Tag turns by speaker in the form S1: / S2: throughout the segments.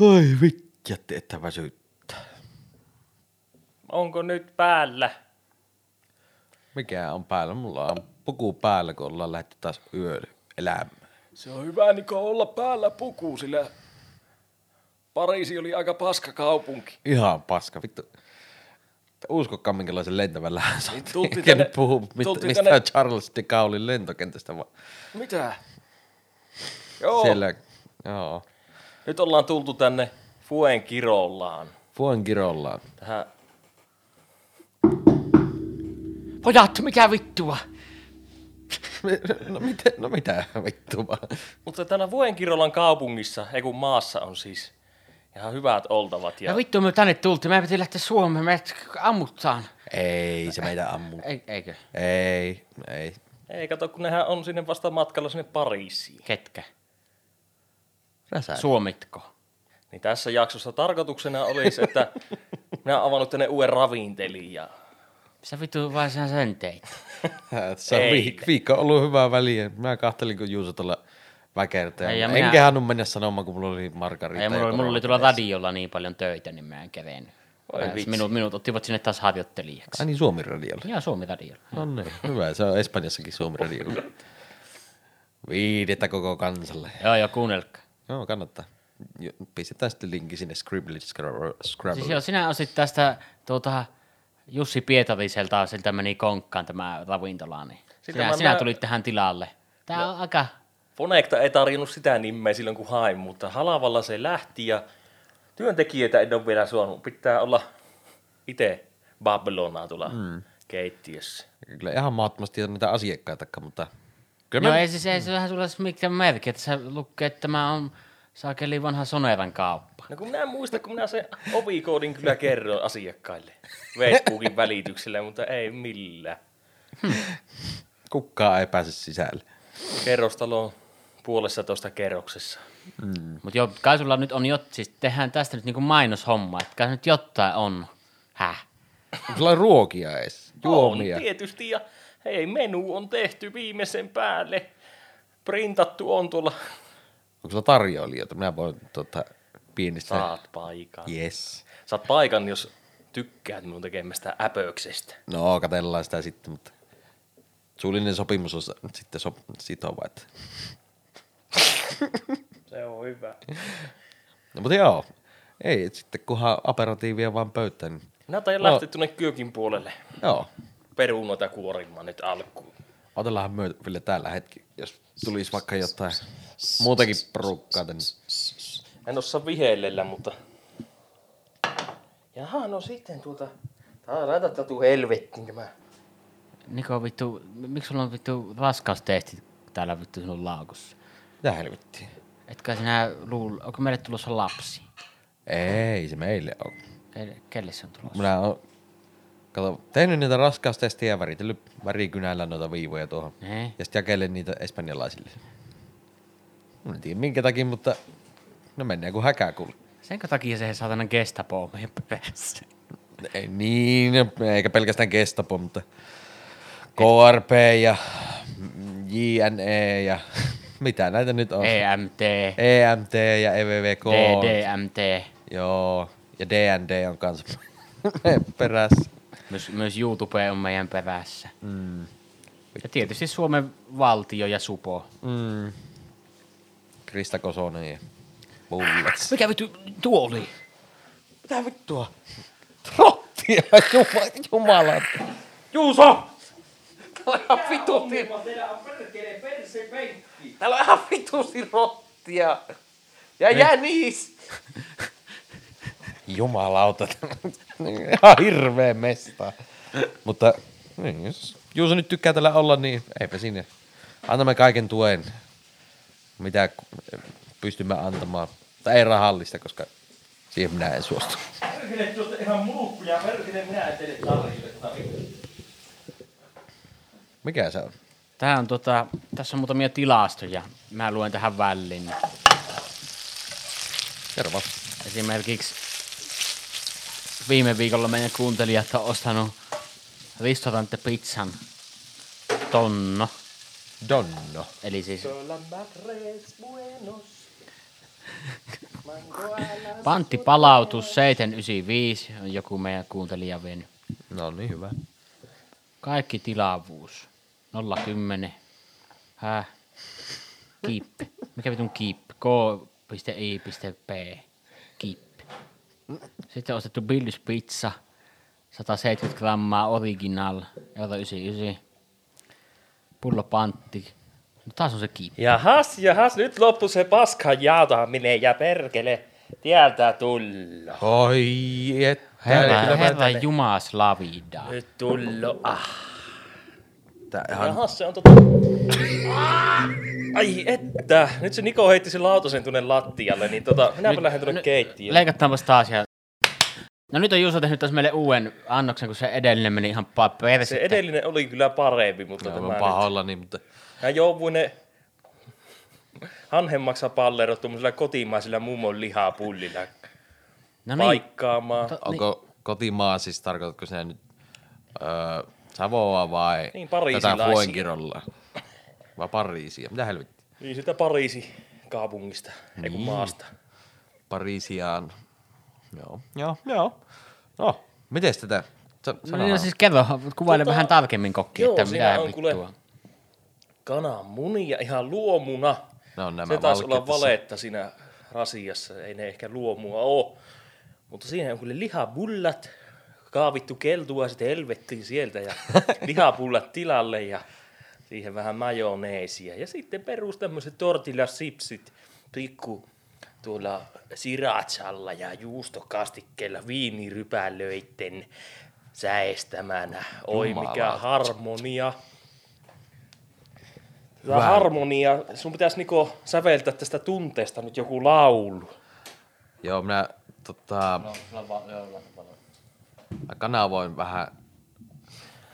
S1: Oi vittu, että väsyttää.
S2: Onko nyt päällä?
S1: Mikä on päällä? Mulla on puku päällä, kun ollaan lähdetty taas yöllä elämään.
S3: Se on hyvä Niko olla päällä puku, sillä Pariisi oli aika paska kaupunki.
S1: Ihan paska, vittu. Et Uskokaan, minkälaisen lentävän lähän saatiin.
S3: tultiin
S1: Eikä
S3: tänne-
S1: nyt puhu mit,
S3: tultiin
S1: mistään
S3: tänne-
S1: Charles de Gaulin lentokentästä, vaan
S3: Mitä? Joo, Siellä.
S1: siellä, joo,
S2: Nyt ollaan tultu tänne Fuenkirollaan.
S1: Fuenkirollaan.
S2: Tähän
S4: Pojat, mikä vittua?
S1: No, miten, no mitä vittu vaan.
S2: Mutta täällä Vuenkirolan kaupungissa, ei kun maassa on siis ihan hyvät oltavat. Ja,
S4: Ja No vittu me tänne tultiin, me piti lähteä Suomeen, me ammuttaan.
S1: Ei se meitä ammu.
S4: Ei, eikö?
S1: Ei, ei.
S2: Ei kato, kun nehän on sinne vasta matkalla sinne Pariisiin.
S4: Ketkä?
S1: Räsä.
S4: Suomitko?
S2: Niin tässä jaksossa tarkoituksena olisi, että minä olen avannut tänne uuden ravintelijan.
S4: Sä vittu vaan sä sen teit.
S1: Tässä Äh, on
S2: Ei.
S1: viik- viikko on ollut hyvää väliä. Mä kahtelin, kun Juuso tuolla väkertää.
S4: Ei, ja
S1: Enkä
S4: minä-
S1: minä... hannut mennä sanomaan, kun mulla oli margarita.
S4: Ei, mulla,
S1: ja
S4: oli, mulla oli
S1: koronavirus.
S4: tuolla radiolla niin paljon töitä, niin mä en kevennyt.
S2: Oi
S4: Mä-
S2: vitsi.
S4: Minut, minut ottivat sinne taas harjoittelijaksi.
S1: Ai niin, Suomi radiolla.
S4: Joo, Suomi radiolla.
S1: No niin, hyvä. Se on Espanjassakin Suomi radiolla. Viidettä koko kansalle.
S4: Joo, joo, kuunnelkaa.
S1: Joo, kannattaa. Jo- Pistetään sitten linkki sinne Scribble, Scrabble.
S4: Siis
S1: Scrabble.
S4: joo, sinä osit tästä tuota, Jussi Pietariselta, siltä meni konkkaan tämä ravintola, niin sinä,
S2: mä-
S4: sinä
S2: mä-
S4: tulit tähän tilalle. Tää on aika...
S2: Fonekta ei tarjonnut sitä nimeä silloin, kun hain, mutta halavalla se lähti ja työntekijöitä en ole vielä suonut. Pitää olla itse Babylonaa tuolla mm. keittiössä.
S1: Kyllä ihan mahdottomasti ei ole niitä asiakkaitakaan, mutta... Kyllä
S4: Joo,
S1: me...
S4: ei siis ei se vähän sulla olisi mikään merkki, että se lukee, että tämä on saakeli vanha Soneran kauppa.
S2: No kun minä muistan, kun minä sen ovikoodin kyllä kerroin asiakkaille Facebookin välityksellä, mutta ei millään.
S1: Kukkaa ei pääse sisälle.
S2: Kerrostalo on puolessa toista kerroksessa.
S4: Mutta joo, kai sulla nyt on jot, siis tehdään tästä nyt niinku mainoshomma, että kai nyt jotain on. Häh?
S1: Sulla on ruokia edes, juomia.
S2: On tietysti, ja hei, menu on tehty viimeisen päälle. Printattu on tuolla.
S1: Onko sulla tarjoilijoita? Minä voin tota, pienistä...
S2: Saat paikan.
S1: Yes.
S2: Saat paikan, jos tykkäät minun tekemästä äpöksestä.
S1: No, katellaan sitä sitten, mutta suullinen sopimus on sa- sitten so, sitova. Että.
S2: Se on hyvä.
S1: No, mutta joo, ei, et sitten kunhan aperatiivia vaan pöytään. Niin,
S2: Minä tain no. lähteä tuonne kyökin puolelle
S1: joo,
S2: perunoita kuorimaan nyt alkuun.
S1: otellaanhan myötä Ville täällä hetki, jos tulisi vaikka jotain muutakin porukkaa tänne.
S2: En osaa vihellellä, mutta... Jaha, no sitten tuota... Tää laita tatu helvettiin tämä.
S4: Niko, Niinku vittu, m- miksi sulla on vittu raskaustestit täällä vittu sinun laukussa?
S1: Mitä helvettiä?
S4: Etkä sinä luul, onko meille tulossa lapsi?
S1: Ei se meille ole.
S4: Kelle, kelle se on tulossa?
S1: Minä oon kato, tehnyt niitä raskaustestejä ja väritellyt värikynällä noita viivoja tuohon.
S4: Ne.
S1: Ja sitten jakelen niitä espanjalaisille. Mä En tiedä minkä takia, mutta no mennään kuin häkää kuule.
S4: Senkö takia se saatanan gestapo on meidän perässä?
S1: Ei niin, eikä pelkästään Gestapo, mutta KRP ja JNE ja mitä näitä nyt on?
S4: EMT,
S1: EMT ja E EVVK.
S4: DDMT,
S1: Joo, ja DND on kanssa perässä.
S4: myös, myös YouTube on meidän perässä. Mm. Ja tietysti Suomen valtio ja supo.
S1: Krista Kosonen ja Bullets.
S4: Mikä vittu tuo oli?
S1: Mitä vittua? Trottia, jumala, jumala.
S2: Juuso!
S1: Täällä on ihan vitusti rottia. Ja jänis. Jumalauta. tämä on Ihan hirveä mesta. Mutta niin, jos Juuso nyt tykkää täällä olla, niin eipä sinne. Annamme kaiken tuen, mitä k- pystymme antamaan. Tai ei rahallista, koska siihen minä en suostu.
S2: Perkele, tuosta ihan mulkkuja. Perkele, minä en teille tarjoa.
S1: Mikä se on?
S4: Tää on tota, tässä on muutamia tilastoja. Mä luen tähän väliin.
S1: Kerro vaan.
S4: Esimerkiksi viime viikolla meidän kuuntelijat on ostanut ristorantepizzan tonno.
S1: Donno.
S4: Eli siis
S2: Solan matres buenos. Mango a la
S4: Pantti palautus 795 on joku meidän kuuntelija vienyt.
S1: No niin, hyvä.
S4: Kaikki tilavuus. 010. Häh? Keep. Mikä vitun keep? K.I.P. Keep. Sitten on ostettu Billys pizza. 170 grammaa original. Euro 99. Pullo pantti. No taas on se keep.
S2: Jahas, jahas, nyt loppu se paska jautaminen ja perkele. Tieltä tulla.
S1: Oi, että.
S4: Herra, herra Jumas Lavida.
S2: Nyt tullo. Ah.
S1: Tää ihan
S2: Jahas, se on tota... Ah! Ai että, nyt se Niko heitti sen lautasen tuonne lattialle, niin tota, minäpä lähden tuonne keittiöön.
S4: Leikataanpas taas ja... No nyt on Juuso tehnyt taas meille uuden annoksen, kun se edellinen meni ihan pa-
S2: Se
S4: persettä.
S2: edellinen oli kyllä parempi, mutta
S1: Joo,
S2: tämä
S1: mä
S2: nyt.
S1: pahoillani, mutta
S2: Mä jouduin ne hanhenmaksapallerot tuommoisilla kotimaisilla mummon lihapullilla
S4: No niin,
S2: paikkaamaan.
S4: To-
S1: onko kotimaa siis, tarkoitatko sinä nyt öö, Savoa vai
S2: Niin,
S1: tätä
S2: pariisilaisia.
S1: Fuenkirolla? Vai Pariisia? Mitä helvettiä?
S2: Niin sitä Pariisi kaupungista, ei
S1: Niin.
S2: kun maasta.
S1: Pariisiaan. Joo, joo, joo. No, mites tätä? Sa-
S4: no,
S1: sanohan.
S4: niin, no siis kerro, kuvaile
S2: Tota,
S4: vähän tarkemmin kokki,
S2: joo,
S4: että
S2: siinä
S4: mitä
S2: on, kuule,
S4: vittua.
S2: Kananmunia ihan luomuna.
S1: Ne on nämä
S2: Se taisi
S1: valkeat
S2: olla
S1: tässä.
S2: valetta siinä rasiassa, ei ne ehkä luomua oo. Mutta siinä on kyllä lihabullat, kaavittu keltua sitten helvettiin sieltä ja lihabullat tilalle ja siihen vähän majoneesia. Ja sitten perus tämmöiset tortillasipsit, pikku tuolla sirachalla ja juustokastikkeella viinirypälöitten säestämänä. Oi
S1: Jumala.
S2: mikä harmonia. Hyvä harmonia. Sun pitäisi Niko säveltää tästä tunteesta nyt joku laulu.
S4: siis-
S1: Joo, minä tota, mä kanavoin vähän.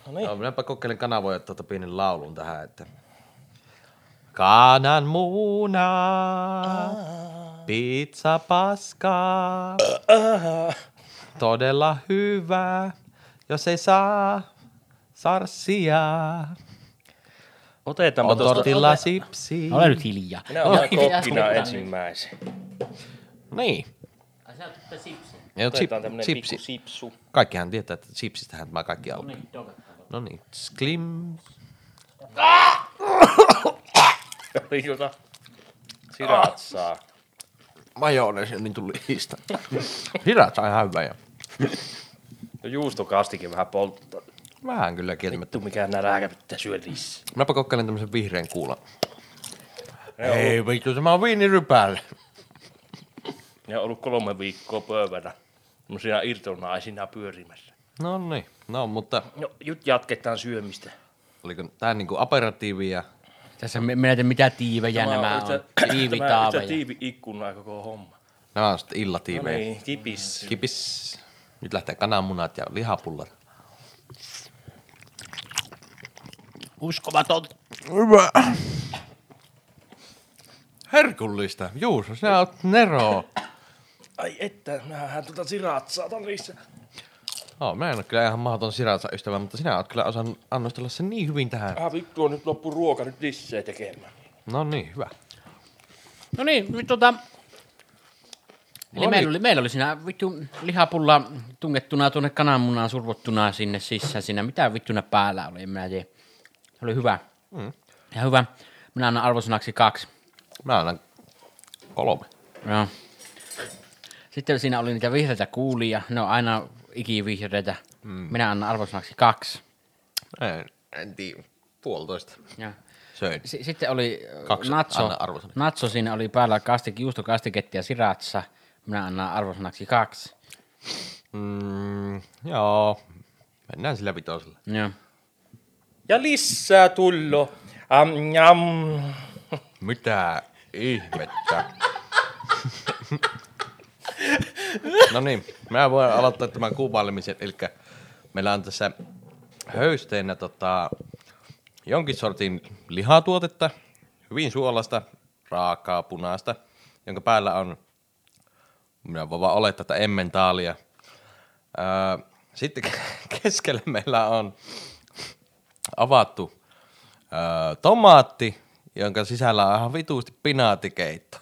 S2: No niin.
S1: Joo, minäpä kokeilen kanavoida tuota pienen laulun tähän, että... Kanan muuna, pizza paskaa, todella hyvä, jos ei saa sarssia.
S2: Otetaanpa
S1: On
S2: tuosta.
S1: tortilla sipsi.
S4: Ole nyt hiljaa.
S2: Minä olen
S4: Oi, mitä
S2: kokkina
S4: äsken-
S2: ensimmäisen.
S1: Niin.
S4: Ai, sä oot tätä sipsiä.
S1: Ja
S2: Otetaan tämmönen
S1: sip,
S2: pikku
S1: sip, sip.
S2: sipsu.
S1: Kaikkihan tietää, että sipsistähän tämä kaikki alkaa. No niin, sklim.
S2: Oli jota siratsaa.
S1: Majoneesi, niin tuli histä. Hirat on ihan hyvä ja
S2: No juustokastike vähän polttaa.
S1: vähän kyllä kieltämättä.
S2: Vittu mikä nälkä pitää syödä lisää.
S1: Minäpä kokeilen tämmöisen vihreän kuulan. Ei vittu, tämä on viinirypäällä.
S2: Ne on ollut kolme viikkoa pöydällä. Tämmöisinä irtonaisina pyörimässä.
S1: No niin, no mutta
S2: No, nyt jatketaan syömistä.
S1: oliko tämä niinku aperatiivia?
S4: Tässä me- mietin, mitä tiivejä nämä
S2: on
S4: on.
S2: yhtä, tämä on yhtä
S4: Tiivitaaveja.
S2: tiivi ikkuna koko homma.
S1: Nämä on sitten
S2: No
S1: illatiivejä.
S2: niin, kipis.
S1: Mm. Kipis. Nyt lähtee kananmunat ja lihapullat.
S4: Uskomaton.
S1: Hyvä. Herkullista. Juuso, sinä oot Nero.
S2: Ai että, nähdään tuota siratsaa tanissa.
S1: No, mä en ole kyllä ihan mahdoton siransa ystävä, mutta sinä oot kyllä osannut annostella sen niin hyvin tähän.
S2: Ah vittu on nyt loppu ruoka, nyt lissee tekemään.
S1: No niin, hyvä.
S4: No niin, nyt tota... Eli
S1: No
S4: meillä
S1: niin.
S4: oli, meillä oli siinä vittu lihapulla tungettuna tuonne kananmunaan survottuna sinne sisään. Siinä mitä vittuna päällä oli, en minä tiedä. Se oli hyvä. Mm. Ja hyvä. Minä annan arvosanaksi kaksi.
S1: Mä annan kolme.
S4: Joo. Sitten siinä oli niitä vihreitä kuulia. Ne on aina ikivihreitä. Mm. Minä annan arvosanaksi kaksi.
S1: En, en tiedä. Puolitoista.
S4: Ja.
S1: Söin.
S4: S- sitten oli
S1: Kaksi,
S4: Kaksi, natso,
S1: anna arvosana.
S4: natso, siinä oli päällä kastik, juustokastiketta ja siratsa. Minä annan arvosanaksi kaksi.
S1: Mm, joo. Mennään sillä vitosella.
S4: Joo.
S2: Ja lisää tullo. Am, jam.
S1: Mitä ihmettä? no niin, mä voin aloittaa tämän kuvailemisen. Eli meillä on tässä höysteinä tota, jonkin sortin lihatuotetta, hyvin suolasta, raakaa, punaista, jonka päällä on, minä voin vaan olettaa, että emmentaalia. Öö, sitten keskellä meillä on avattu öö, tomaatti, jonka sisällä on ihan vituusti pinaatikeitto.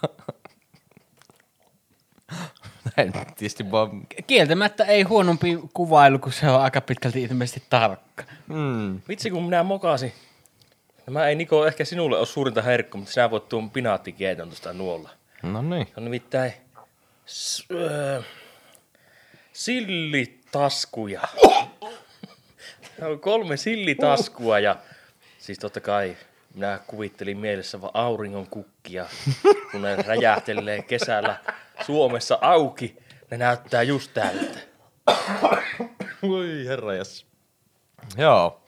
S1: en tietysti vaan...
S4: Kieltämättä ei huonompi kuvailu, kun se on aika pitkälti ilmeisesti tarkka.
S1: Mm.
S2: Vitsi, kun minä mokasin. Tämä ei Niko ehkä sinulle ole suurinta herkku, mutta sinä voit tuon pinaattikeiton tuosta nuolla.
S1: No niin.
S2: Se on nimittäin s- öö, sillitaskuja. Se on kolme sillitaskua ja siis totta kai minä kuvittelin mielessä vaan auringon kukkia, kun ne räjähtelee kesällä Suomessa auki. Ne näyttää just tältä.
S1: Voi herra jäs. Joo.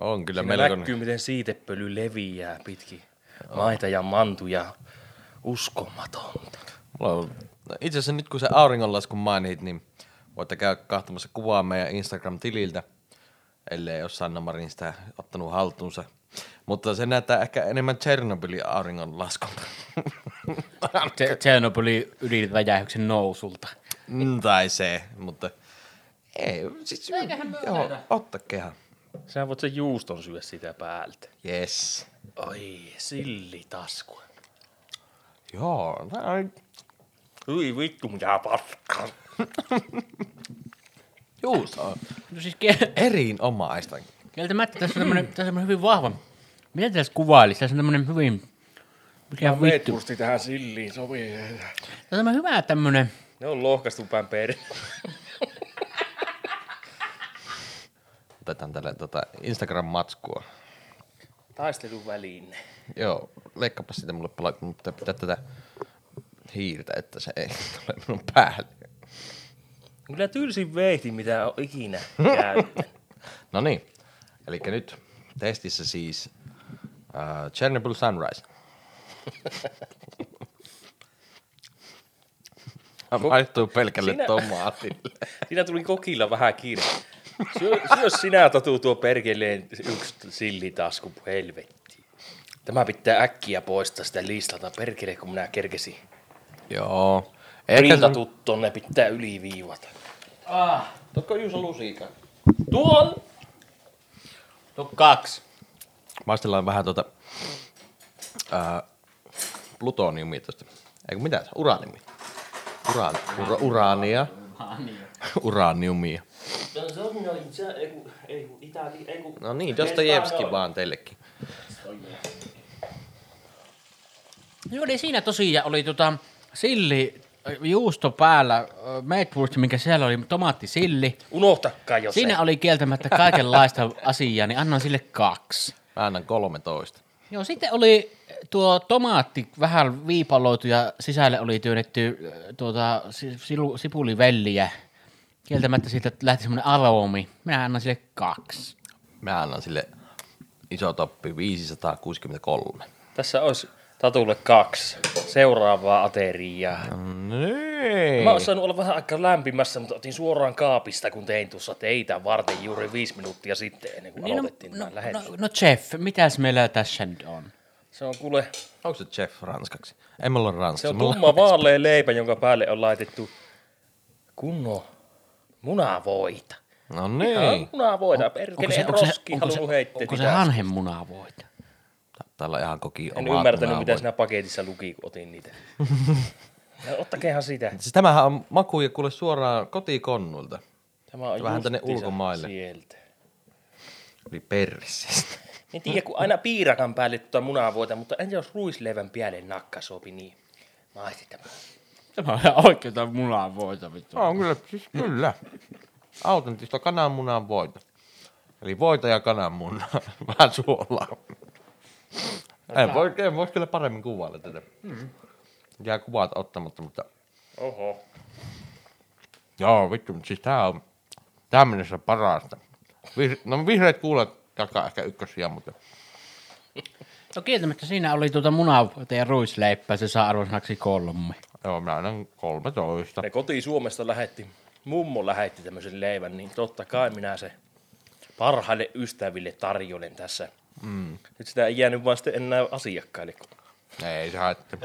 S1: On kyllä
S2: Siinä
S1: melkoinen.
S2: näkyy, miten siitepöly leviää pitkin maita ja mantuja. Uskomatonta.
S1: Mulla on, no itse asiassa nyt kun se auringonlaskun mainit, niin voitte käydä kahtomassa kuvaa meidän Instagram-tililtä, ellei ole Sanna Marin sitä ottanut haltuunsa. Mutta se näyttää ehkä enemmän Chernobylin auringonlaskulta.
S4: Tse- Tsernobylin ydinräjähyksen nousulta.
S1: Mm, tai se, mutta ei, siis joo, ottakehan.
S2: Sä voit sen juuston syödä sitä päältä.
S1: Yes.
S2: Oi, sillitasku.
S1: Joo, no, näin.
S2: Ui vittu, mitä paskaa.
S1: Juu, se on
S4: No siis kiel-
S1: erinomaista.
S4: kieltämättä tässä on tämmönen, tässä on tämmönen hyvin vahva. Miten tässä kuvailisi? Tässä on tämmönen hyvin... Mikä vittu?
S3: Veettursti tähän silliin sopii.
S4: Tässä on tämmönen hyvä tämmönen...
S2: Ne on lohkaistu päin perin.
S1: Otetaan tällä tota Instagram-matskua.
S2: Taistelun väline.
S1: Joo, leikkapa sitä mulle palaa, kun mun pitää pitää tätä hiirtä, että se ei tule minun päälle.
S2: Kyllä tylsin veihti, mitä on ikinä käyttänyt.
S1: No niin, eli nyt testissä siis uh, Chernobyl Sunrise. Hän maistuu pelkälle
S2: Sinä-
S1: tomaatille.
S2: Siinä tuli kokilla vähän kiire. Syö, syö sinä totu tuo perkeleen yksi sillitasku helvettiin. Tämä pitää äkkiä poistaa sitä listalta perkele, kun minä kerkesin.
S1: Joo. Ehkä se on...
S2: Printatut tonne pitää yliviivata.
S1: Tuokko Juuso lusiikan?
S2: Tuon!
S4: Tuo kaksi.
S1: Maistellaan vähän tuota uh, plutoniumia tuosta. Eikö mitä se? Uraniumia. Uraan, ura, uraania. Uraniumia.
S2: Se on no, itse, ei kun, ei kun, itali, ei kun.
S1: No niin, Dostojevski vaan teillekin.
S4: Joo, niin siinä tosiaan oli tota silli, äh, juusto päällä, äh, meatwurst, mikä siellä oli, tomaattisilli.
S2: Unohtakaa jo
S4: Siinä oli kieltämättä kaikenlaista asiaa, niin annan sille kaksi.
S1: Mä annan 13.
S4: Joo, sitten oli äh, tuo tomaatti vähän viipaloitu ja sisälle oli työnnetty äh, tuota, si- silu- sipulivelliä. Kieltämättä siitä lähti semmoinen aromi. Minä annan sille kaksi.
S1: Mä annan sille iso toppi 563.
S2: Tässä olisi Tatulle kaksi seuraavaa ateriaa.
S1: Niin.
S2: Mä oon saanut olla vähän aika lämpimässä, mutta otin suoraan kaapista, kun tein tuossa teitä varten juuri viisi minuuttia sitten, ennen kuin niin aloitettiin
S4: no,
S2: no,
S4: no,
S2: lähetys.
S4: no, no Jeff, mitäs meillä tässä nyt on?
S2: Se on kuule,
S1: Onko se Jeff ranskaksi? Ei mulla ole ranskaksi.
S2: se on
S1: mulla
S2: tumma vaalea leipä, jonka päälle on laitettu kunnon munavoita.
S1: No
S2: Ei.
S1: niin.
S2: Munavoita, perkeleen roski halunnut heittää.
S4: onko se
S2: sitä.
S4: hanhemunavoita?
S1: Täällä on ihan koki
S2: En
S1: omaa
S2: ymmärtänyt,
S1: munaa
S2: mitä
S1: voi.
S2: siinä paketissa luki, kun otin niitä. No, Ottakehan sitä.
S1: Siis tämähän on makuja kuule suoraan kotikonnuilta.
S2: Tämä on
S1: Vähän tänne
S2: justiinsa
S1: ulkomaille.
S2: Sieltä.
S1: Eli perssistä.
S2: En tiedä, kun aina piirakan päälle tuota munavoita, mutta entä jos ruisleivän päälle nakka sopi, niin maisti tämä.
S4: Tämä on ihan oikeeta munavoita, vittu.
S1: No, on kyllä, siis kyllä. Autentista kananmunan voita. Eli voita ja kananmunaa. Vähän suolaa. En voi, en voi kyllä paremmin kuvailla tätä. Jää kuvat ottamatta, mutta
S2: Oho.
S1: joo vittu, mutta siis tää on tää on mennessä parasta. Vih, no vihreät kuulet takaa ehkä ykkösiä, mutta
S4: No kieltämättä siinä oli tuota munavoita ja ruisleipää, se saa arvosanaksi kolme.
S1: joo, mä annan 13.
S2: Ne koti Suomesta lähetti, mummo lähetti tämmöisen leivän, niin totta kai minä se parhaille ystäville tarjoilen tässä. Mm. Nyt sitä ei jäänyt vaan sitten enää asiakkaille. kun-
S1: Ei se haittaa.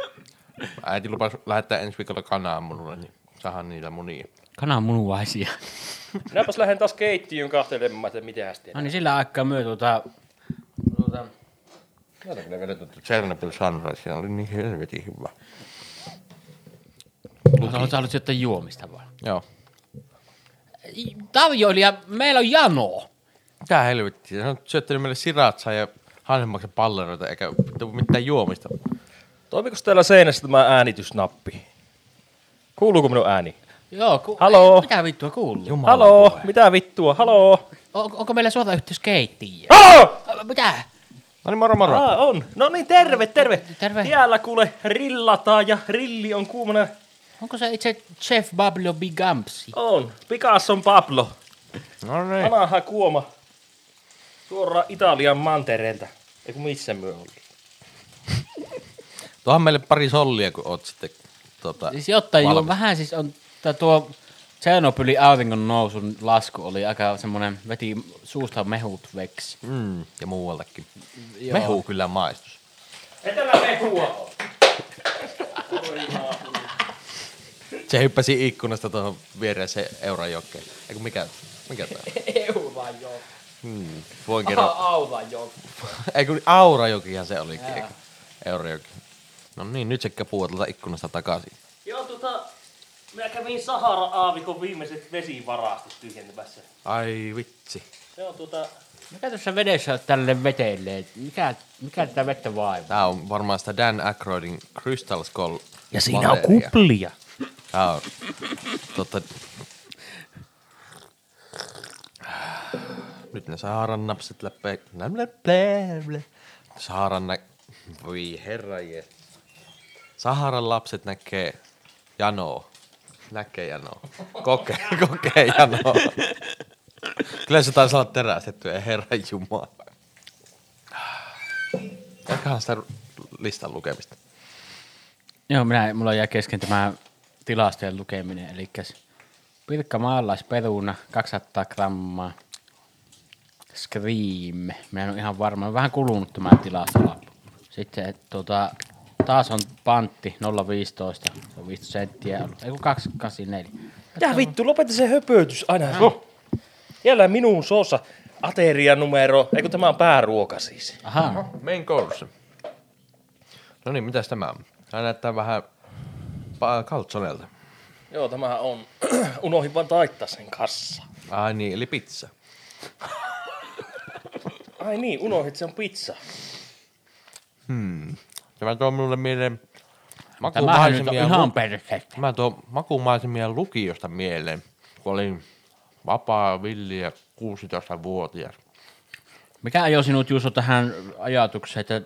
S1: Äiti lupas lähettää ensi viikolla kanaa mulle, niin saahan niillä munia.
S4: Kananmunuaisia.
S2: Minäpäs lähden taas keittiön kahtelemaan, että mitä sitten.
S4: No niin sillä aikaa myö tuota, tuota
S1: Täältä kyllä vedetty Chernobyl Sunrise, se oli niin helvetin hyvä. Mutta
S4: No, sä haluat jotain juomista vaan.
S1: Joo.
S4: Tarjoilija, meillä on jano.
S1: Mitä helvettiä? Se on syöttänyt meille siratsaa ja hanhemmaksen palleroita eikä vittu mitään juomista.
S2: Toimiko täällä seinässä tämä äänitysnappi? Kuuluuko minun ääni?
S4: Joo, ku...
S2: Haloo.
S4: Ei, mitä vittua kuuluu?
S2: Jumala Haloo, mitä vittua? Haloo?
S4: On, onko meillä suora yhteys keittiöön?
S2: Haloo!
S4: Mitä?
S1: No niin, moro moro.
S2: Ah, on. No niin, terve, terve.
S4: Terve.
S2: Täällä kuule rillataan ja rilli on kuumana.
S4: Onko se itse Chef Bablo Bigampsi?
S2: On. Picasson Pablo.
S1: No niin.
S2: Vanha kuoma. Suoraan Italian mantereelta. Eiku missä myö oli?
S1: Tuohan meille pari sollia, kun oot sitten tota,
S4: Siis jotain
S1: valmis.
S4: juo, vähän siis on tää tuo Tsernobyli auringon nousun lasku oli aika semmonen, veti suusta mehut veksi.
S1: Mm, ja muualtakin. Joo. Mehu kyllä maistus.
S2: Etelä mehua.
S1: Se hyppäsi ikkunasta tuohon viereiseen Eurajokeen. Eikö mikä, mikä tää on?
S5: Eurajoki.
S1: Voin kerran.
S5: Aurajoki.
S1: Ei kun Aurajokihan se olikin, eikö? Eurajoki. No niin, nyt se käpuu tuolta ikkunasta takaisin.
S2: Joo, tota... Mä kävin Sahara-aavikon viimeiset vesivarastot tyhjentämässä.
S1: Ai vitsi.
S2: Se on tota...
S4: Mikä tässä vedessä tälle vetelee? Mikä, mikä tätä vettä vaivaa?
S1: Tää on varmaan sitä Dan Aykroydin Crystal Skull
S2: Ja siinä on
S1: valeria.
S2: kuplia.
S1: Tää on, totta. Nyt ne saaran napsit läppee. Saaran nä... Voi herra je. Saharan lapset näkee janoa. Näkee janoa. Kokee, kokee janoa. Kyllä se taisi olla terästetty, ei herra jumala. Jatkahan sitä listan lukemista.
S4: Joo, minä, mulla jää kesken tämä tilastojen lukeminen, eli pilkka maalaisperuna, 200 grammaa, scream, minä en ole ihan varma, vähän kulunut tämä tilastolappu. Sitten et, tota, taas on pantti 0,15, se on 15 senttiä ollut, ei kun 284.
S2: Mitä vittu, lopeta se höpötys aina. No. Siellä minun soossa ateria numero, eikö tämä on pääruoka siis.
S4: Aha,
S1: Main course. No niin, mitäs tämä on? Tämä näyttää vähän pa- kaltsonelta.
S2: Joo, tämä on. Unohin vaan taittaa sen kassa.
S1: Ai niin, eli pizza.
S2: Ai niin, unohdit sen pizza.
S1: Tämä tuo minulle mieleen
S4: tämähän nyt on
S1: makumaisemia,
S4: ihan
S1: lu-
S4: perse.
S1: Tämä tuo makumaisemia lukiosta mieleen, kun olin vapaa, villi ja 16-vuotias.
S4: Mikä ajoi sinut Juuso tähän ajatukseen, että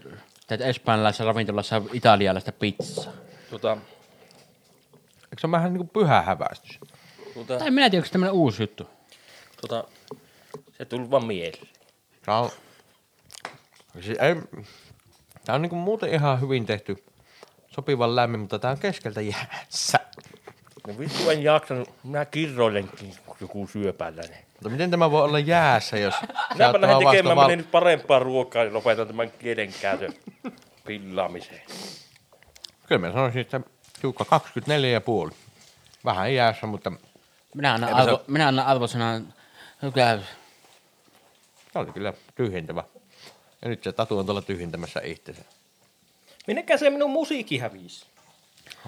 S4: teet espanjalaisessa ravintolassa italialaista pizzaa?
S2: Tota,
S1: Eikö se ole vähän niin kuin pyhä häväistys?
S2: tota,
S4: Tai minä tiedä, onko tämmöinen uusi juttu.
S2: tota, se tuli vaan mieleen.
S1: Tämä on, siis ei, tämä on niin kuin muuten ihan hyvin tehty, sopivan lämmin, mutta tämä on keskeltä jäässä.
S2: No vittu en jaksanut, minä kirroilenkin kun joku syöpäläinen.
S1: Mutta miten tämä voi olla jäässä, jos sä oot
S2: Minäpä lähden
S1: vaan vasta
S2: tekemään
S1: val...
S2: val... nyt parempaa ruokaa ja lopetan tämän kielen käytön pillaamiseen.
S1: Kyllä mä sanoisin, että tiukka 24,5. Vähän jäässä, mutta
S4: Minä annan,
S1: Eipä se
S4: arvo, minä annan arvosanan, kyllä,
S1: tämä oli kyllä tyhjentävä. Ja nyt se tatu on tuolla tyhjentämässä itsensä.
S2: Minnekä se minun musiikki hävisi?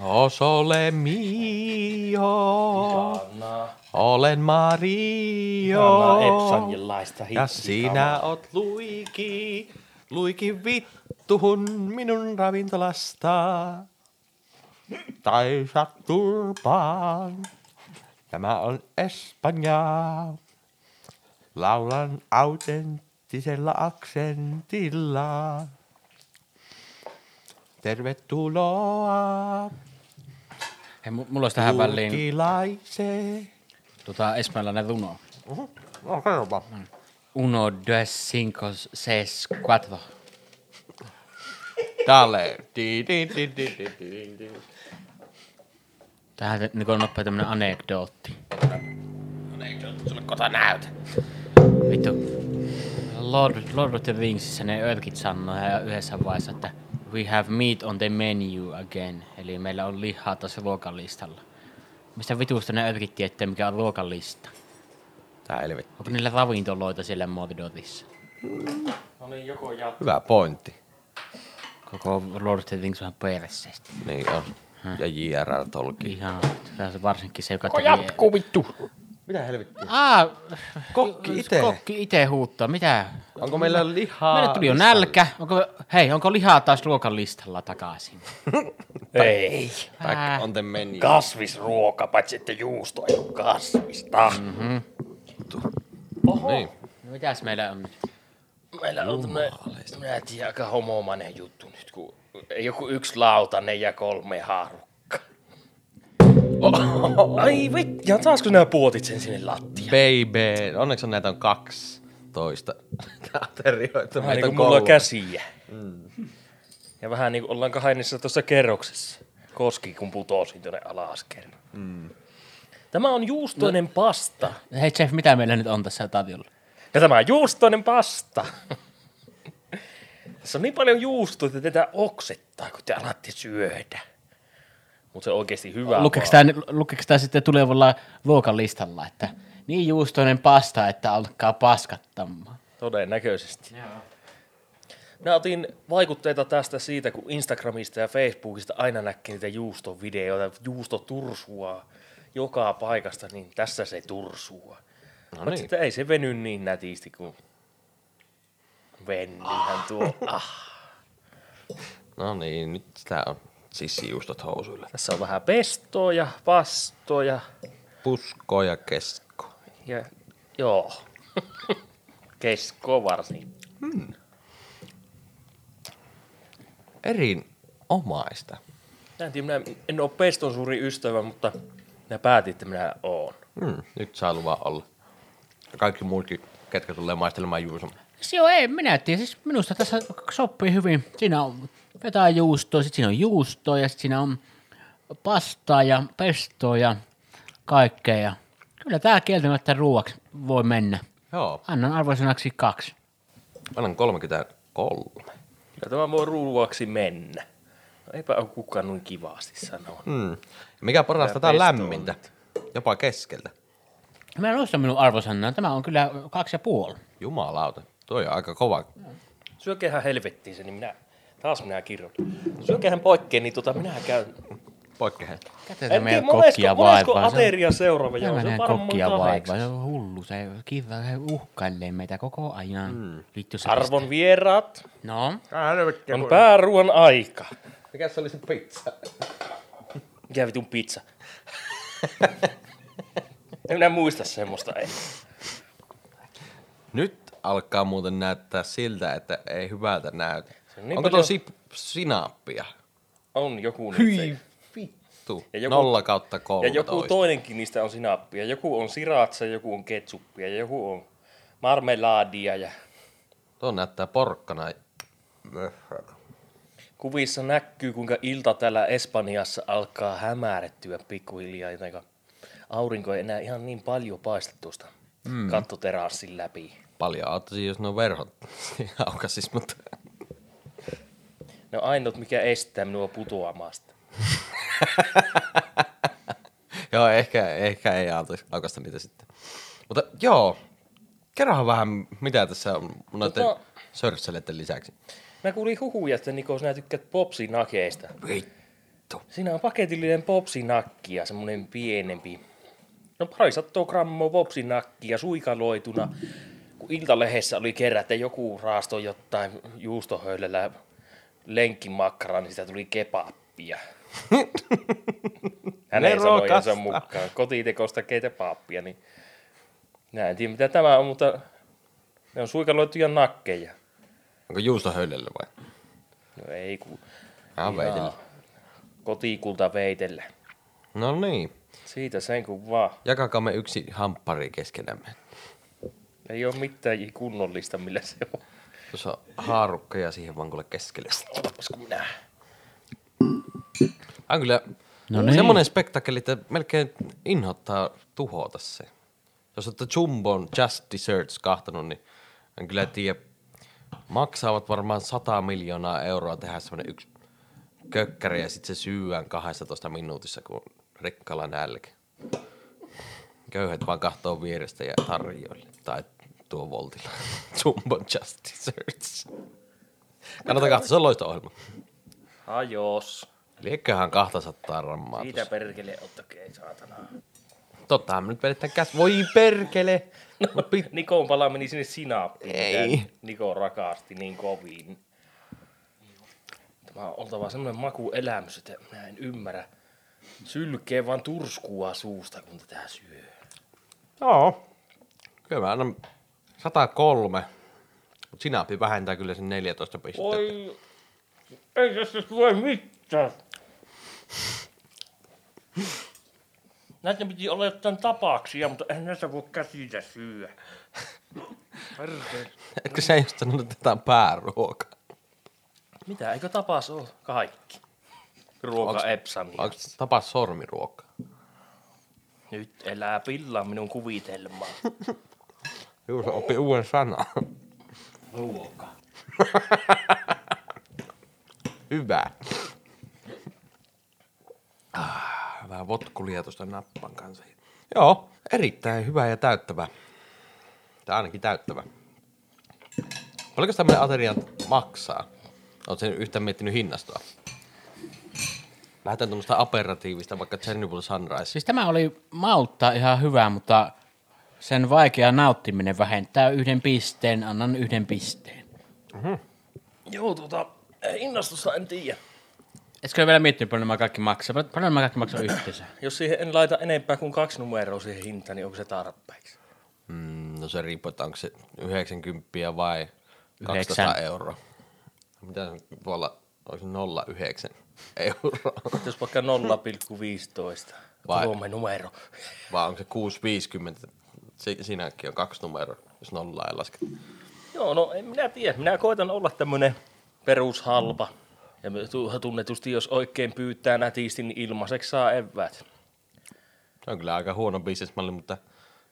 S1: O sole mio,
S2: Anna,
S1: olen Mario.
S2: anna Epsanjilaista
S1: Ja sinä oot Luiki, Luiki vittuhun minun ravintolasta. Tai satturpaan. Tämä on Espanjaa. Laulan autenttisella aksentilla. Tervetuloa
S4: hei, mu- mulla olisi tähän väliin
S1: julkilaiseen.
S4: tota, espanjalainen runo.
S1: No, kerropa.
S4: Uno, dos, cinco, seis, cuatro.
S1: Dale. Di, di, di, di, di, di, di.
S4: Tähän nyt niin on nopea tämmönen anekdootti. Anekdootti sulle kota näytä. Vittu. Lord, Lord of the Ringsissä ne örkit sanoo ja yhdessä vaiheessa, että we have meat on the menu again. Eli meillä on lihaa tässä ruokalistalla. Mistä vitusta ne örkit tietää, mikä on ruokalista?
S1: Tää helvetti.
S4: Onko niillä ravintoloita siellä Mordorissa?
S2: No niin, joko ja...
S1: Hyvä pointti.
S4: Koko Lord of the Rings on perseestä.
S1: Niin on. Ja J.R.R. Tolkien.
S4: Ihan. vittu. Tää se varsinkin se, joka
S3: Ko jatkuu vittu.
S1: Mitä helvettiä?
S4: Aa,
S1: Kokki itse.
S4: kokki ite huuttaa, mitä?
S1: Onko meillä lihaa?
S4: Meille tuli jo nälkä. Onko, hei, onko lihaa taas ruokan listalla takaisin?
S2: Ei.
S4: Ää,
S1: Back on the menu.
S2: Kasvisruoka, paitsi että juusto ei ole kasvista.
S1: Niin.
S4: no mitäs meillä on nyt?
S2: Meillä on tämmönen, minä en tiedä, aika homomainen juttu nyt, kun joku yksi lautanen ja kolme haarukkaa. Oh, ai vittu, ja taasko nämä puotit sen sinne lattiaan?
S1: Baby. Onneksi on näitä on kaksi toista. Aterioita.
S2: Vähän
S1: Meitä
S2: niin
S1: on
S2: kuin mulla on
S1: kolme.
S2: käsiä. Ja vähän niin kuin ollaan kahdessa tuossa kerroksessa. Koski, kun putosin tuonne alas kerran. Tämä on juustoinen pasta.
S4: Hei Jeff, mitä meillä nyt on tässä tarjolla?
S2: Ja tämä on juustoinen pasta. Tässä on niin paljon juustoa, että tätä oksettaa, kun te alatte syödä. Mutta se on oikeasti hyvä.
S4: Lukeeko
S2: vaan.
S4: tämä, lukeeko tämä sitten tulevalla ruokan listalla, että niin juustoinen pasta, että alkaa paskattamaan?
S2: Todennäköisesti. Mä otin vaikutteita tästä siitä, kun Instagramista ja Facebookista aina näkee niitä juustovideoita, juustotursua joka paikasta, niin tässä se tursua. No
S1: niin.
S2: niin. Sitä ei se veny niin nätisti kuin vennyhän tuo. Ah.
S1: No niin, nyt sitä on sissijuustot housuilla.
S2: Tässä on vähän pestoa ja pastoa ja,
S1: Pusko ja kesko.
S2: ja joo, keskoa varsinkin.
S1: Erinomaista.
S2: Mä en, tiedä, minä en ole peston suuri ystävä, mutta minä päätin, että minä oon.
S1: Mm. Nyt saa luvan olla. Ja kaikki muutkin, ketkä tulee maistelemaan juuson.
S4: Siis joo, ei, minä tiedän. Siis minusta tässä sopii hyvin. Siinä on vetää juustoa, sitten siinä on juustoa ja sitten siinä on pastaa ja pestoa ja kaikkea. Ja kyllä tämä kieltämättä ruuaksi voi mennä.
S1: Joo,
S4: Annan arvoisanaksi kaksi.
S1: annan 33.
S2: Kyllä tämä voi ruuaksi mennä. No eipä ole kukaan noin kivasti sanoa.
S1: Mm. Mikä parasta, tää on
S2: pesto on
S1: lämmintä. Jopa keskeltä.
S4: Mä en osta minun arvosanaa. Tämä on kyllä kaksi ja puoli.
S1: Jumalauta, toi on aika kova.
S2: Syökehän helvettiin se, niin minä, taas minä kirjoitan. Syökehän poikkeen, niin tota minä käyn.
S1: Poikkehen.
S2: En tiedä, monesko, monesko ateria seuraava
S4: Joo,
S2: joo,
S4: mä
S2: se on
S4: näen
S2: varmaan
S4: kokkia vaivaa. Se
S2: kahdeksas.
S4: on hullu. Se kiva se uhkailee meitä koko ajan. Mm.
S2: Arvon vieraat,
S4: No,
S2: on pääruuan aika.
S1: Mikä se oli se pizza?
S2: Mikä vitun pizza? en minä muista semmoista. Ei.
S1: Nyt alkaa muuten näyttää siltä, että ei hyvältä näytä.
S2: on niin
S1: Onko
S2: paljon-
S1: tosi sinappia?
S2: On joku niitä.
S1: Vittu.
S2: Ja joku-
S1: 0 kautta
S2: Ja
S1: 13.
S2: joku toinenkin niistä on sinappia. Joku on siratsa, joku on ketsuppia, ja joku on marmelaadia ja
S1: Tuo näyttää porkkana.
S2: Kuvissa näkyy, kuinka ilta täällä Espanjassa alkaa hämärrettyä pikkuhiljaa, joten aurinko ei enää ihan niin paljon paista tuosta mm. kattoterassin läpi.
S1: Paljon auttaisi, jos ne on verhot aukasis, mutta
S2: Ne on ainut, mikä estää minua putoamasta.
S1: joo, ehkä, ehkä ei auttaisi aukasta niitä sitten. Mutta joo, kerrohan vähän, mitä tässä on noiden
S2: Tota-
S1: sörsseleiden lisäksi.
S2: Mä kuulin huhuja, että Niko, sinä tykkäät popsinakeista.
S1: Vittu.
S2: Siinä on paketillinen popsinakki ja semmoinen pienempi. No pari sattua grammoa popsinakkia suikaloituna. Kun iltalehdessä oli kerran, että joku raastoi jotain juustohöylällä lenkkimakkaraa, niin sitä tuli kebappia. Hänen
S1: Nerokasta.
S2: sanojensa mukaan kotitekosta kebappia, niin Nää en tiedä mitä tämä on, mutta ne on suikaloituja nakkeja.
S1: Onko juustohöydellä vai?
S2: No ei kun
S1: Ah, veitellä.
S2: ihan kotikulta veitellä.
S1: No niin,
S2: Siitä sen kun vaan.
S1: jakakaa me yksi hamppari keskenämme.
S2: Ei ole mitään kunnollista, millä se on.
S1: Tuossa on haarukka ja siihen vankulle keskelle.
S2: Olisiko minä?
S1: On kyllä no
S4: No
S1: niin.
S4: niin.
S1: semmoinen spektakeli, että melkein inhottaa tuhota se. Jos olette Jumbon Just Desserts kahtanut, niin en kyllä tiedä. Maksaavat varmaan 100 miljoonaa euroa tehdä semmoinen yksi kökkäri ja sitten se syyään 12 minuutissa, kun rikkala nälkä. Köyhät vaan kahtoo vierestä ja tarjoille. Tai tuo voltilla. Jumbon Just Desserts. Kannattaa katsoa, se on loistoohjelma.
S2: Ajos.
S1: Liekköhän 200 rammaa
S2: Siitä perkele ottakee, saatana.
S1: tuossa. Tottahan me nyt vedetään käs. Voi perkele! No, pit-
S2: Nikon pala meni sinne sinappiin,
S1: Ei.
S2: mitä Niko rakasti niin kovin. Tämä on oltava semmoinen makuelämys, että minä en ymmärrä. Sylkee vaan turskua suusta, kun tätä syö.
S1: Joo. Kyllä mä annan 103. Mut sinappi vähentää kyllä sen 14 pistettä.
S2: Voi, ei tässä voi mitään. Näitä piti olla jotain tapauksia, mutta en näitä voi käsitä syödä.
S1: Etkö sä just sanonut, että tää on pääruoka?
S2: Mitä, eikö tapas ole? Kaikki. Ruoka
S1: Onks-
S2: Epsamia.
S1: Onko tapa sormiruoka?
S2: Nyt elää pillaa minun kuvitelmaa.
S1: Juu, se opi uuden sanan.
S2: Ruoka.
S1: Hyvä. Ah, Vähän votkulia tuosta nappan kanssa. Joo, erittäin hyvä ja täyttävä. Tai ainakin täyttävä. Paljonko tämmöinen ateria maksaa? Oletko sen yhtään miettinyt hinnastoa? Lähdetään tuommoista aperatiivista, vaikka Chernobyl Sunrise.
S4: Siis tämä oli mautta ihan hyvä, mutta sen vaikea nauttiminen vähentää yhden pisteen, annan yhden pisteen.
S2: Joo, tota, innostusta en tiedä.
S4: Etkö vielä miettinyt, paljon nämä kaikki maksaa? Pal- Paljon nämä kaikki maksaa yhteensä?
S2: Jos siihen en laita enempää kuin kaksi numeroa siihen hintaan, niin onko se tarpeeksi?
S1: Mm, no se riippuu, että onko se 90 vai 200
S4: Yhdeksän.
S1: euroa. Mitä se on tuolla, onko se 09 euroa?
S2: Jos vaikka 0,15.
S1: Vai-
S2: Kolme numero.
S1: Vai onko se 650? Si- siinäkin on kaksi numeroa, jos nollaa ei lasketa.
S2: Joo, no en minä tiedä. Minä koitan olla tämmönen perushalpa. Ja me tu- tunnetusti, jos oikein pyytää nätisti, niin ilmaiseksi saa evät.
S1: Se on kyllä aika huono bisnesmalli, mutta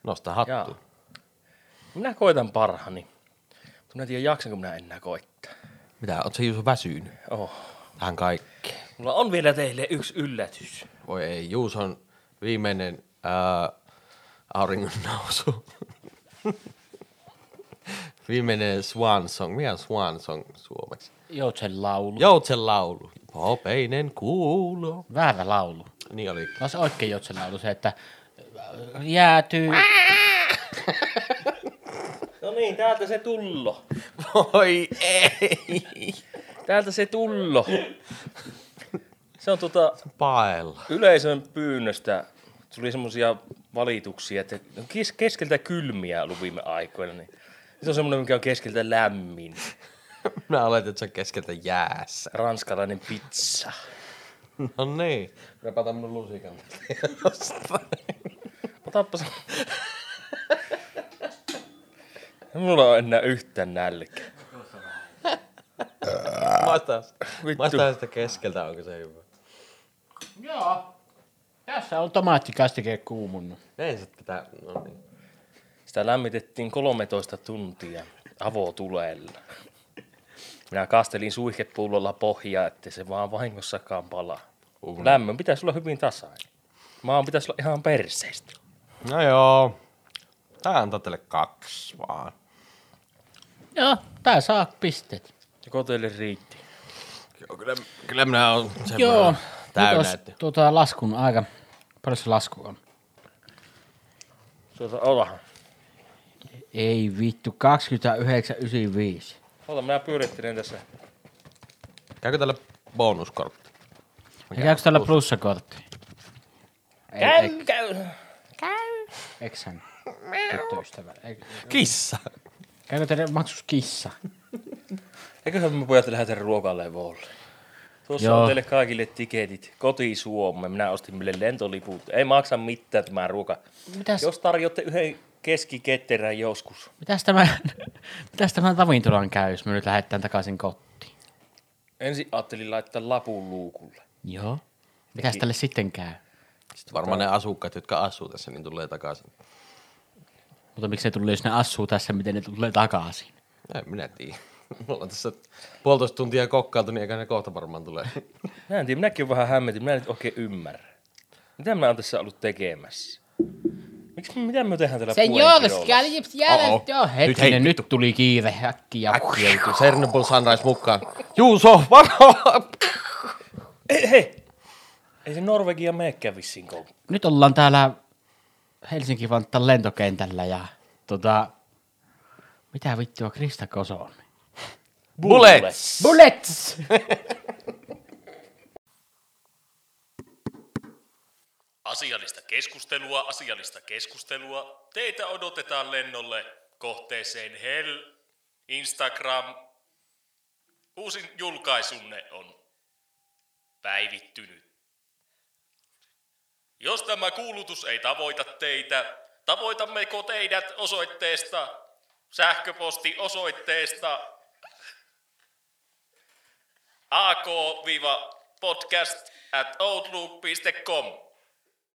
S1: nosta hattu.
S2: Jaa. Minä koitan parhaani. Mutta minä en tiedä, jaksanko minä enää koittaa.
S1: Mitä, oot se Juuso väsynyt
S2: Oh.
S1: tähän kaikkeen?
S2: Mulla on vielä teille yksi yllätys.
S1: Voi ei, Juuson viimeinen ää, auringon nousu. viimeinen swan song. Mikä on swan song suomeksi?
S4: Joutsen laulu.
S1: Joutsen laulu. Hopeinen kuulo.
S4: Väärä laulu.
S1: Niin oli.
S4: No se oikein joutsen laulu, se, että äh, jäätyy.
S2: No niin, täältä se tullo.
S1: Voi ei.
S2: Täältä se tullo. Se on tota,
S1: Paella.
S2: yleisön pyynnöstä tuli semmoisia valituksia, että kes- keskeltä kylmiä oli viime aikoina, niin se on semmoinen, mikä on keskeltä lämmin.
S1: Mä olet, että se on keskeltä jäässä.
S2: Ranskalainen pizza.
S1: No niin. Mä patan mun lusikan.
S2: Otappa se. No, Mulla on enää yhtään nälkä.
S1: Maistaa,
S2: Vittu.
S1: maistaa sitä keskeltä, onko se hyvä.
S4: Joo. Tässä on tomaattikastike kuumunut.
S1: Ei se tätä, no niin.
S2: Sitä lämmitettiin 13 tuntia avotulella. Minä kastelin suihkepullolla pohjaa, ettei se vaan vahingossakaan palaa.
S1: Uuni.
S2: Lämmön pitäisi olla hyvin tasainen. Maan pitäisi olla ihan perseistä.
S1: No joo. Tää antaa teille kaksi vaan.
S4: Joo, tää saa pisteet.
S2: Joko teille riitti?
S1: Joo, kyllä, kyllä minä olen sen
S4: Joo.
S1: Joo.
S4: Nyt
S1: täynnä.
S4: olisi,
S1: että-
S4: Tuota, laskun aika. Paljon se lasku on?
S2: Tuota, olahan.
S4: Ei vittu, 29,95.
S2: Ota, minä pyörittelen tässä.
S1: Käykö tällä bonuskortti?
S4: Ja Käykö täällä plussakortti? Ei, ei,
S2: käy.
S4: eksän. Tyttöystävä. Ei-
S1: Kissa.
S4: Käykö teille maksus kissa?
S2: Eiköhän me pojat lähdetä ruokalevolle. Tuossa
S4: Joo.
S2: on teille kaikille tiketit. Koti Suomeen. Minä ostin meille lentoliput. Ei maksa mitään tämä ruoka.
S4: Mitäs,
S2: Jos tarjotte yhden keskiketterän joskus.
S4: mitäs, tämä, mitäs tämän ravintolan käy, jos me nyt lähdetään takaisin kotiin?
S2: Ensin ajattelin laittaa lapun luukulle.
S4: Joo. Mitäs tälle sitten käy?
S1: Sitten varmaan ne asukkaat, jotka asuu tässä, niin tulee takaisin.
S4: Mutta miksi ne tulee, jos ne asuu tässä, miten ne tulee takaisin?
S1: En minä tiedä. Mulla on tässä puolitoista tuntia kokkailtu, niin eikä ne kohta varmaan tulee.
S2: Mä en tiedä, minäkin olen vähän hämmentynyt, minä en nyt oikein ymmärrä. Mitä mä oon tässä ollut tekemässä? Miksi, mitä me tehdään täällä puolikirolla?
S4: Jäljips,
S1: Oo.
S4: Joo,
S1: Nyt hei,
S4: hetkinen, nyt, tuli kiire äkkiä.
S1: Äkkiä, kun Chernobyl Sunrise mukaan. Juuso, varo!
S2: Hei, hei,
S6: Ei se Norvegia menekään vissiin koukkuun.
S4: Nyt ollaan täällä Helsinki Vantaan lentokentällä ja tota, mitä vittua Krista Kosonen?
S1: Bullets!
S4: Bullets!
S2: Asiallista keskustelua, asiallista keskustelua. Teitä odotetaan lennolle kohteeseen Hell. Instagram. Uusin julkaisunne on päivittynyt. Jos tämä kuulutus ei tavoita teitä, tavoitammeko teidät osoitteesta, sähköpostiosoitteesta ak-podcast at outlook.com.